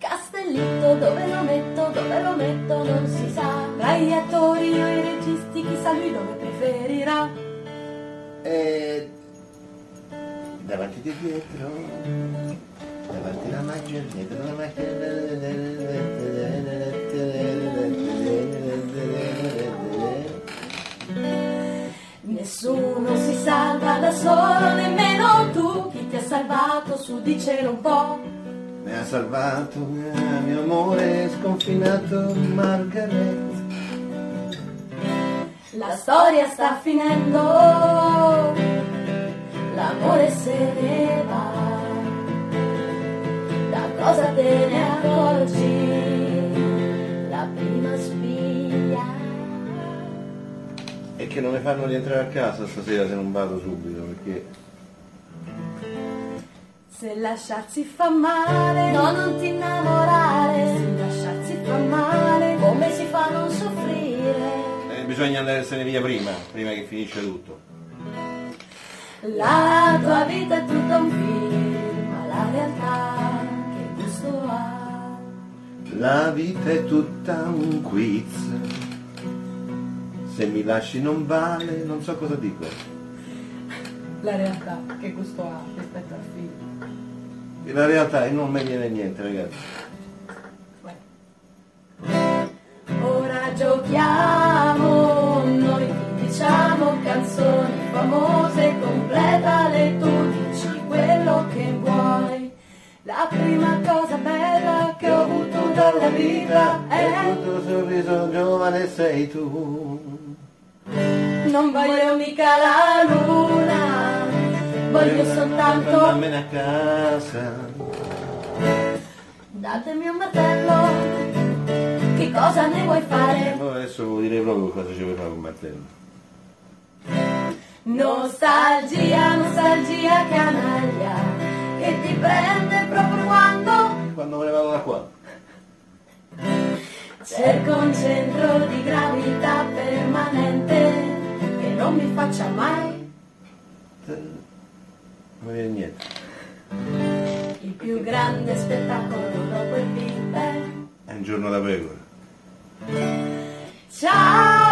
Castelletto dove lo metto, dove lo metto non si sa. Tra gli attori o i registi chissà lui dove preferirà. E davanti di dietro, davanti alla macchina, dietro la macchina. Nessuno si salva da solo, nemmeno tu. Chi ti ha salvato su di cielo un po'. Mi ha salvato eh, mio amore sconfinato Margaret. La storia sta finendo, l'amore se ne va. Da cosa te ne accorgi? La prima spiglia. E che non mi fanno rientrare a casa stasera se non vado subito perché... Se lasciarsi fa male, no, non ti innamorare. Se lasciarsi fa male, come si fa a non soffrire? Eh, bisogna andarsene via prima, prima che finisce tutto. La tua vita è tutto un film, ma la realtà che gusto ha? La vita è tutta un quiz. Se mi lasci non vale, non so cosa dico. La realtà che gusto ha rispetto al film? La realtà è non mi viene niente, ragazzi. Ora giochiamo, noi ti diciamo canzoni famose, completale tu dici quello che vuoi. La prima cosa bella che ho avuto dalla vita eh? E è il tuo sorriso giovane sei tu. non voglio mica la luna, voglio soltanto Andammene a casa. datemi un martello, che cosa ne vuoi fare? Allora adesso devo dire proprio cosa ci vuoi fare con Martello. Nostalgia, nostalgia canaglia, che ti prende proprio quando Quando me ne vado da qua. cerco un centro di gravità permanente che non mi faccia mai Non mi viene niente. il più grande spettacolo dopo il Big Bang. È un giorno da pecora. Ciao!